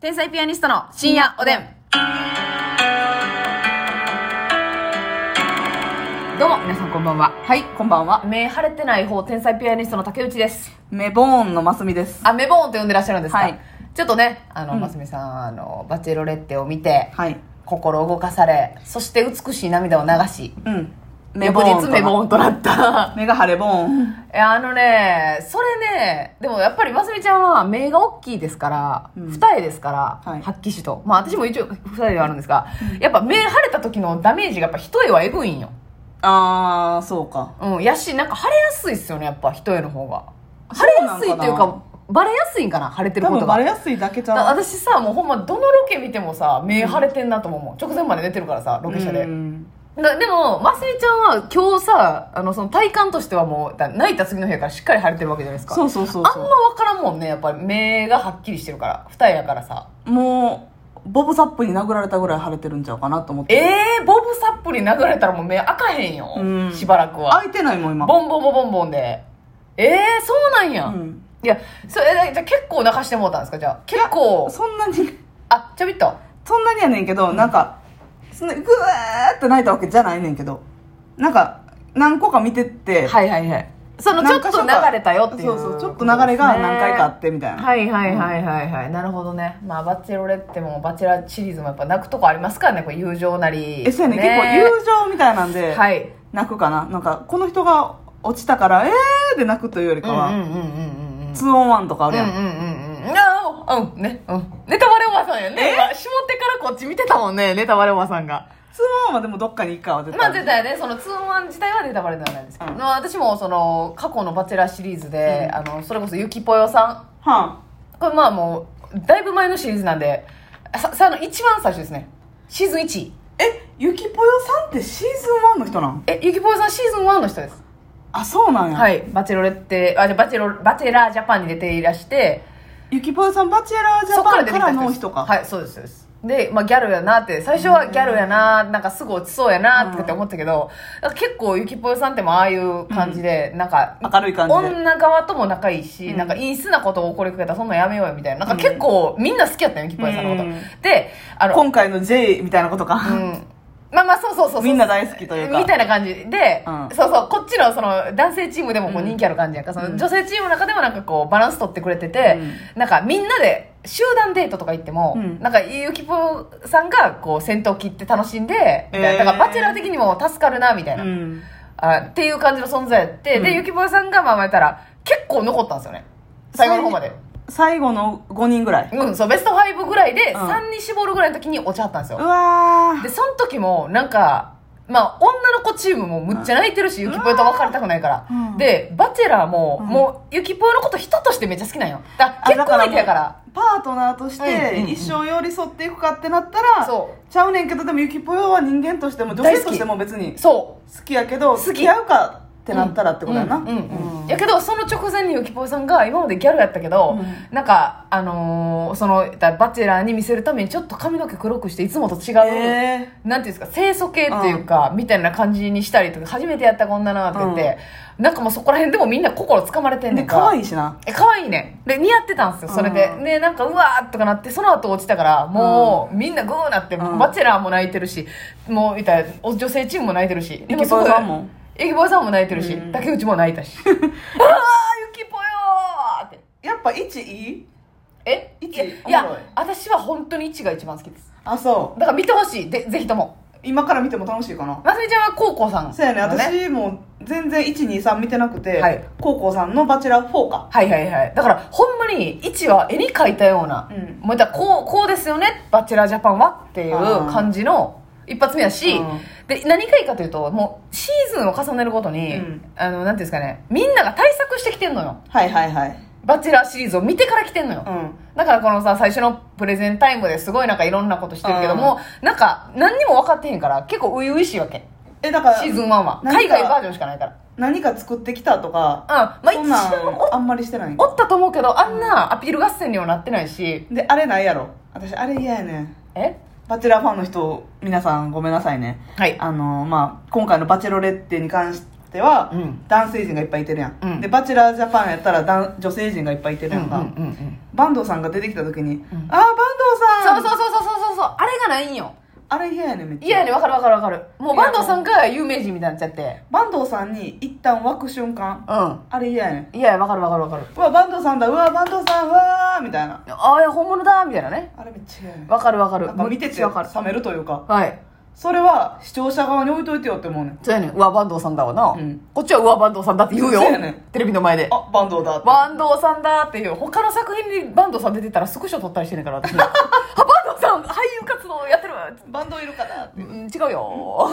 天才ピアニストの深夜おでん。どうも、皆さんこんばんは。はい、こんばんは。目晴れてない方、天才ピアニストの竹内です。メボーンのますみです。あ、メボーンって呼んでらっしゃるんですか、はいちょっとね、あの、うんますみさん、あの、バチェロレッテを見て、はい。心動かされ、そして美しい涙を流し、うん。翌日メボーンとなった。目が腫れボーン。いや、あのね、それね、でもやっぱりますみちゃんは目が大きいですから、うん二重ですから、はい発揮しと。まあ私も一応二重ではあるんですが、やっぱ目腫れた時のダメージがやっぱ一重はエグいんよ。 あー、そうか。うん、やし、なんか腫れやすいっすよね、やっぱ一重の方が。腫れやすいっていうそうなんかか、バレやすいんかな、腫れてる多こと分バレが。やすいだけじだゃん。私さ、もうほんまどのロケ見てもさ、目腫れてんなとも思う。直前まで寝てるからさ、ロケ車で。うんだでも、ますみちゃんは今日さ、あの、その体感としてはもう、だ泣いた次の日やからしっかり腫れてるわけじゃないですか。そうそうそうあんまそ分からんもんねやっぱり目がはっきりしてるから二重やからさう。もう、ボブサップに殴られたぐらい腫れてるんちゃうかなと思って。えー、ボブサップに殴られたらもう目開かへんよ、うんしばらくは開いてないもん、今。ボンボンボンボンボンでえー、そうなんや、うんいやそれじゃあ結構泣かしてもうたんですかじゃあ結構そんなに、あちょびっとそんなにやねんけど、なんか、そんな、ぐーって泣いたわけじゃないねんけど。なんか、何個か見てって、はいはいはいそのちょ何っかと所流かれたよっていうそうそう、ちょっと流れが何回かあってみたいな。はいはいはいはいはい、なるほどねまあバチェロレッテもバチェラシリーズもやっぱ泣くとこありますからねこれ友情なりえ、そうやね結構友情みたいなんで、はい泣くかななんかこの人が落ちたからえーで泣くというよりかは、うんうんうんうんうんうん2 on 1とかあるやん、うんうんうんうんあーうんねうんネタバレおばさんやね今下手からこっち見てたもんねネタバレおばさんが 2on1 はでもどっかに行くかは絶ま対あ絶対ねその2ンワン自体はネタバレではないですけど、うんまあ私もその過去の「バチェラー」シリーズで、うんあのそれこそゆきぽよさはんこれまあもうだいぶ前のシリーズなんでささあの一番最初ですねシーズン1あ、えゆきぽよさんってシーズン1の人なんえゆきぽよさんシーズン1の人ですあそうなんや、はいバチェロレってあじゃあバチェロバチェラージャパンに出ていらしてゆきぽよさんバチェラージそャっかパらン出かてきたら人のです人かはいそうですそうですで、まあ、ギャルやなって最初はギャルやななんかすぐ落ちそうやなって思ったけど、なんか結構ゆきぽよさんってもああいう感じで、なんか明るい感じで女側とも仲いいし、うんなんかいい素なことを起こりかけたらそんなんやめようよみたいななんか結構みんな好きやったよゆきぽよさんのこと、うんであの今回の J みたいなことか、うんまあまあそうそうそうそう みんな大好きというかみたいな感じで、うんそうそうこっちのその男性チームでもこう人気ある感じやんか、そのうん女性チームの中でもなんかこうバランス取ってくれてて、なんかみんなで集団デートとか行っても、うんなんかゆきぽさんがこう先頭切って楽しんで、みたいなえーだからバチェラー的にも助かるなみたいな、うんあっていう感じの存在やって、うんでゆきぽさんがまあまあ言ったら結構残ったんですよね最後の方まで。最後の5人ぐらいうん、そう、ベスト5ぐらいで、うん3に絞るぐらいの時に落ちはったんですよ。うわーでその時もなんかまあ女の子チームもむっちゃ泣いてるし、ゆきぽよと別れたくないから、うんでバチェラーも、うんもうゆきぽよのこと人としてめっちゃ好きなんよだからあ結婚相手やからパートナーとしうんうんてうん一生寄り添っていくかってなったら、そちゃうねんけどでもゆきぽよは人間としても女大好性きとしても別にそう好きやけどき付き合うかってなったらってことやなうんうんうんうんやけどその直前にゆきぽよさんが今までギャルやったけど、うなんかあのーそのだバチェラーに見せるためにちょっと髪の毛黒くしていつもと違う、えなんていうんですか清楚系っていうか、みたいな感じにしたりとか初めてやったこんななって言って、なんかもうそこら辺でもみんな心つかまれてー、んねでんか可愛いしなえ可愛いねで似合ってたんですよそれで、うんでなんかうわーっとかなってその後落ちたからもう、みんなグーなって、うんバチェラーも泣いてるしもういたらお女性チームも泣いてるしゆきぽよさんもえきぽよさんも泣いてるし、うん竹内も泣いた しうわーゆきぽよーってやっぱ1いいえ一いやいおもろやい私は本当に1が一番好きですあそだから見てほしいでぜひともう今から見ても楽しいかなますみちゃんは高校さんのそうやね私も全然123見てなくて、はい高校さんの「バチェラー4」かはいはいはいだからほんまに1は絵に描いたような、うんもう言ったらこうこうですよねバチェラージャパンはっていう感じの一発目やし、うんで何がいいかというともうシーズンを重ねるごとに、うんあのなんていうんですかねみんなが対策してきてんのよはいはいはいバチェラーシリーズを見てから来てんのよ、うんだからこのさ最初のプレゼンタイムですごいなんかいろんなことしてるけども、なんか何にも分かってへんから結構初々しいわけえだからシーズン1は何か海外バージョンしかないから何か作ってきたとかうんまあそんな一応んあんまりしてないおったと思うけどあんなアピール合戦にはなってないしであれないやろ私あれ嫌やねんえバチェラーファンの人皆さんごめんなさいねはいあのまあ今回の「バチェロレッテ」に関しては、うん男性陣がいっぱいいてるやん、うんで「バチェラージャパン」やったら男女性陣がいっぱいいてるやんか、うんうんうん坂東さんが出てきた時に「ああ坂東そうそうそうそうそうそうあれがないんよあれ嫌やねんめっちゃいやねわかるわかるわかるもう坂東さんが有名人みたいになっちゃって坂東さんに一旦湧く瞬間うあれ嫌やねんんいやわかるわかるわかるうわ坂東さんだうわ坂東さんうわーみたいなああ本物だみたいなねあれめっちゃ嫌やねんわかるわかるなんか見めてってちゃわかる冷めるというかはいそれは視聴者側に置いといてよって思うねんそうやねんうわ坂東さんだわな、んこっちはうわ坂東さんだって言うよそうやねんテレビの前であ坂東だって坂東さんだっていう他の作品に坂東さん出てたらスクショ撮ったりしてんねんから 私あ坂東さん俳優活動やってるわバンドいるかなって。うん、違うよ。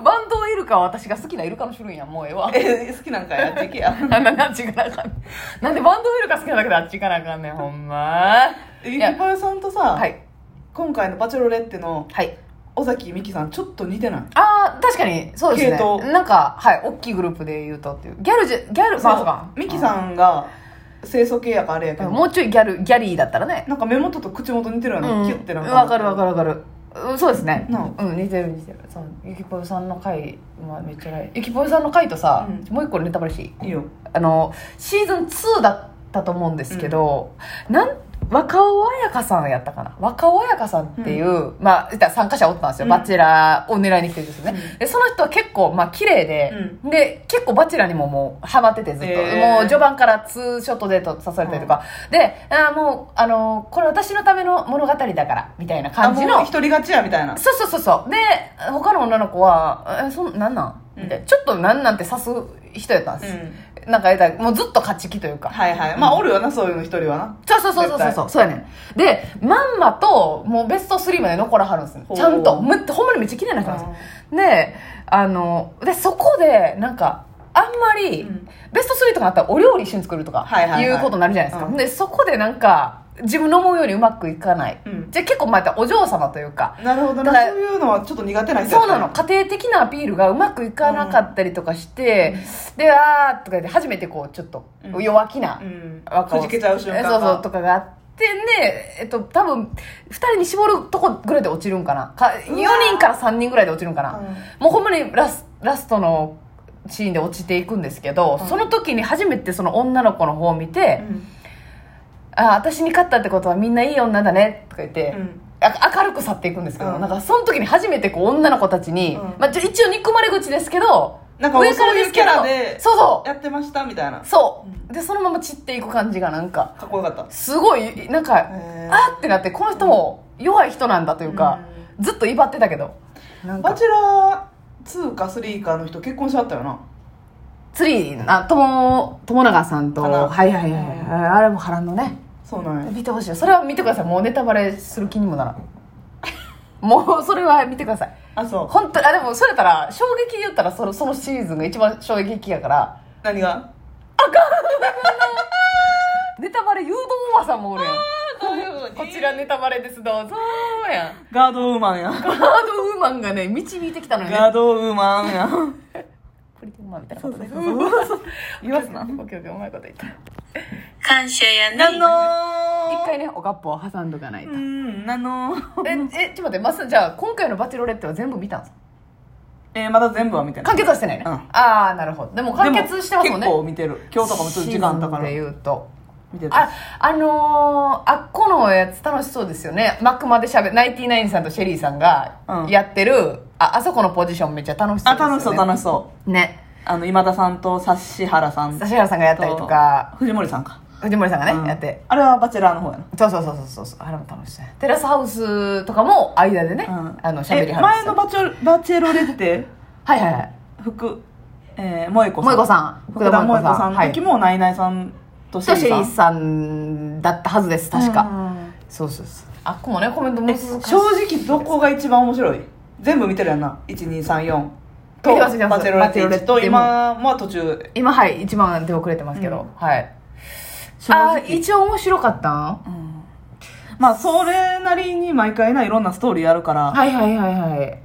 バンドイルカは私が好きなイルカの種類やん、もうええわえ好きなんかやっていけや なななんち行かなあかんねん。なんでバンドイルカ好きなだけであっち行かなあかんねん、ほんま。ゆいきやぽよさんとさ、はい。今回の「バチェロレッテ」のはい。尾崎美紀さんちょっと似てないああ、確かに、そうです系統ね。なんか、はい、大きいグループで言うとっていう。ギャルじゃ、ギャル、まあそうか。美紀さんが清楚系やからあれやうけんどもうちょいギャル、ギャリーだったらね。なんか目元と口元似てるよね、うん。キュッてなんかわかるわかるわかる。うんそうですね。なあうん、似てる似てる。そう、ゆきぽよさんの回、まあめっちゃない。ゆきぽよさんの回とさ、うもう一個ネタバレしていいいいよあのシーズン2だったと思うんですけど、なん若尾彩香さんやったかな若尾彩香さんっていう、まあ言ったら参加者おったんですよ、うんバチェラーを狙いに来てるんですよね、うんでその人は結構まあ綺麗で、で結構バチェラーにももうハマっててずっと、へーもう序盤からツーショットデート誘われたりとか、であーもうあのーこれ私のための物語だからみたいなあ感もじうの一人勝ちやみたいなそうそうそうそうで他の女の子は「えそんなんなん?」みたいな、ちょっとなんなんって指す人やったんです、うんなんか言ったらもうずっと勝ち気というか。はいはいまあおるよなそういうの一人はなそうそうそうそうそうそう。そうやねん。で、まんまと、もうベスト3まで残らはるんですよほうちゃんと。むっほんまにめっちゃ綺麗な人なんですよ。で、あの、で、そこで、なんか、あんまり、うんベスト3とかなったらお料理一緒に作るとか、はいはいはいいうことになるじゃないですか。うんで、そこでなんか、自分の思うようにうまくいかない。うんじゃあ結構、またお嬢様というか、なるほどだなからそういうのはちょっと苦手な人やそっうたなの家庭的なアピールがうまくいかなかったりとかして、で「あー」とか言って初めてこうちょっとうん弱気なうん若をくじけちゃう瞬間がそうそうとかがあってねえっと多分2人に絞るとこぐらいで落ちるんかなか4人から3人ぐらいで落ちるんかな、うんもうほんまにラスラストのシーンで落ちていくんですけど、うんその時に初めてその女の子の方を見てうん「あー私に勝ったってことはみんないい女だね」とか言って、うんあ明るく去っていくんですけど、うんなんかその時に初めてこう女の子たちに、うんまあ、ちょ一応憎まれ口ですけどなんかもうそういうキャラでそうそやってましたみたいなうそううでそのまま散っていく感じがなんかかっこよかったすごいなんか、へーあってなってこの人も弱い人なんだというか、ずっと威張ってたけどなんバかチェラー2か3かの人結婚しちゃったよなツリーな友友永さんとかなはいはいはいはい、うんあれも波乱のねそうなんや見てほしいそれは見てくださいもうネタバレする気にもな らんもうそれは見てくださいあそう本当にあでもそれやったら衝撃言ったらそのそのシーズンが一番衝撃やから何がネタバレ誘導おばさんもおるやんここちらネタバレですどうぞーやん ガードウーマンやガードウーマンがね導いてきたのよねガードウーマンやプリティウーマンみたいなことねそうそう 言わすなオッケーオッケーうまいこと言った感謝やなの一回ねおかっぽを挟んどかないと、うんなのええちょっと待ってまっすんじゃあ今回の「バチェロレッテ」は全部見たんですかえーまだ全部は見てない完結はしてないね、うんああなるほどでも完結してますもんねで結構見てる今日とかもちょっと時間あったかシーズンらで言うと見てたああのー、あっこのやつ楽しそうですよね幕までしゃべナインティナインさんとシェリーさんがうんやってる、ああそこのポジションめっちゃ楽しそうあですよね楽しそう楽しそうねあの今田さんと指原さんと指原さんがやったりとか藤森さんか藤森さんがね、うんやってあれはバチェラーの方やなそうそうそうそうそうあれも楽しそうやテラスハウスとかも間でね、うんあのしゃべりえは前のるんですよバチェバチェロレッテはいはいはい福えー萌子さ萌ん子さん福田萌子さんのはい時もナイナイさんとシとェリシェリーーさんさんだったはずです確か、うんそうそうそうあっこもねコメント難しい正直どこが一番面白い全部見てるやんな1234と見てます見てますバチェロレッテバチェロレッ1テと今まあ途中今はい一番出遅れてますけど、うんはい正直あー一応面白かったんうんまあそれなりに毎回ないろんなストーリーやるからはいはいはいはい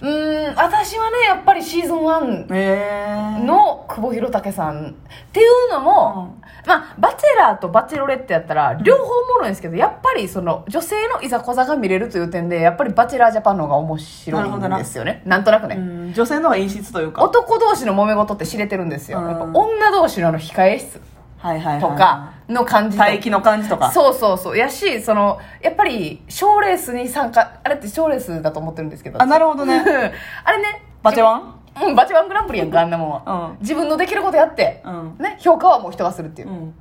うーん私はねやっぱりシーズン1えーの久保宏武さんっていうのも、まあバチェラーとバチェロレッテやったら両方おもろいんですけど、やっぱりその女性のいざこざが見れるという点でやっぱりバチェラージャパンの方が面白いんですよねなんとなくね、うん女性の方が陰湿というか男同士の揉め事って知れてるんですよ、うんやっぱ女同士のあの控え室はいはいはいとか、の感じと帯域の感じとかそうそうそうやしそのやっぱり賞ーレースに参加あれって賞ーレースだと思ってるんですけどあなるほどね あれねバチワンうんバチワングランプリやんかあんなもんは、うん自分のできることやって、うんね、評価はもう人がするっていう、うん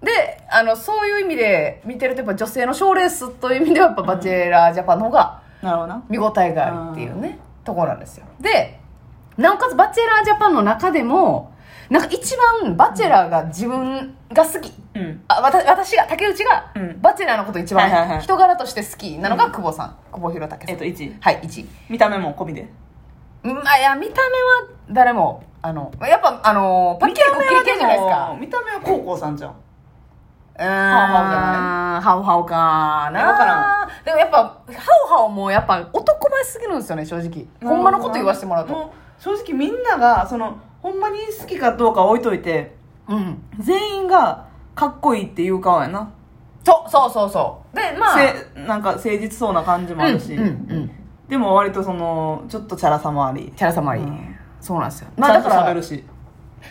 であのそういう意味で見てるとやっぱ女性の賞ーレースという意味ではやっぱバチェラージャパンの方がなるほどな見応えがあるっていうね、ところなんですよでなおかつ「バチェラージャパン」の中でもなんか一番バチェラーが自分が好き、うんあわた私が竹内がうんバチェラーのこと一はいはいは番い人柄として好きなのが久保さん、久保弘武さん、えっと1はい1位見た目も込みでうんあいや見た目は誰もあのやっぱあのパッケージ経験じゃないですか見た目は高校さんじゃんうーんハオハオじゃハオハオかなえわからでもやっぱハオハオもやっぱ男前すぎるんですよね正直ほんまのこと言わせてもらうともう正直みんながそのほんまに好きかどうかは置いといてうん全員がかっこいいっていう顔やな、そうそうそうそうでまあせなんか誠実そうな感じもあるし、うんうんうんでも割とそのちょっとチャラさもありキャラ様あり、うんそうなんですよちゃんとら喋るし、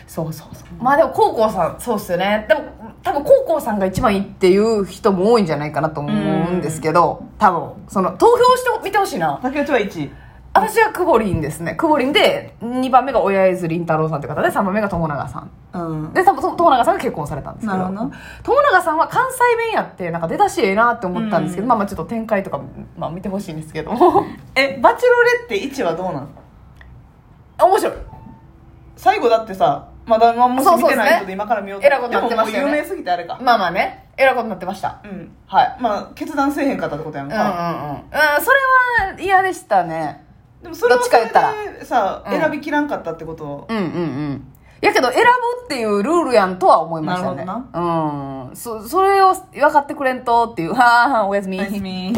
そうそうそうまあでも高校さんそうっすよねでも多分高校さんが一番いいっていう人も多いんじゃないかなと思うんですけど、多分その投票してみてほしいな竹内は1位私はクボリンですねクボリンで2番目が親江津凛太郎さんって方で3番目が友永さんうんで多分そ友永さんが結婚されたんですけどなるほど友永さんは関西弁やってなんか出だしええなって思ったんですけど、うんまあまあちょっと展開とか、まあ、見てほしいんですけども えバチェロレって1はどうなの面白い最後だってさまだまあもそうしそう見てですねない人で今から見ようえらいことになってましたよねでももう有名すぎてあれかまあまあねえらいことになってましたうんはいまあ決断せえへんかったってことやんうんうんうん、うん、そか、れは嫌でしたねでもそれはどっそちかれ言ったらでさ、うん選びきらんかったってことうんうんうんやけど選ぶっていうルールやんとは思いましたねなるほうんそそれを分かってくれんとっていう「はあはあおやすみ」 ナイスミー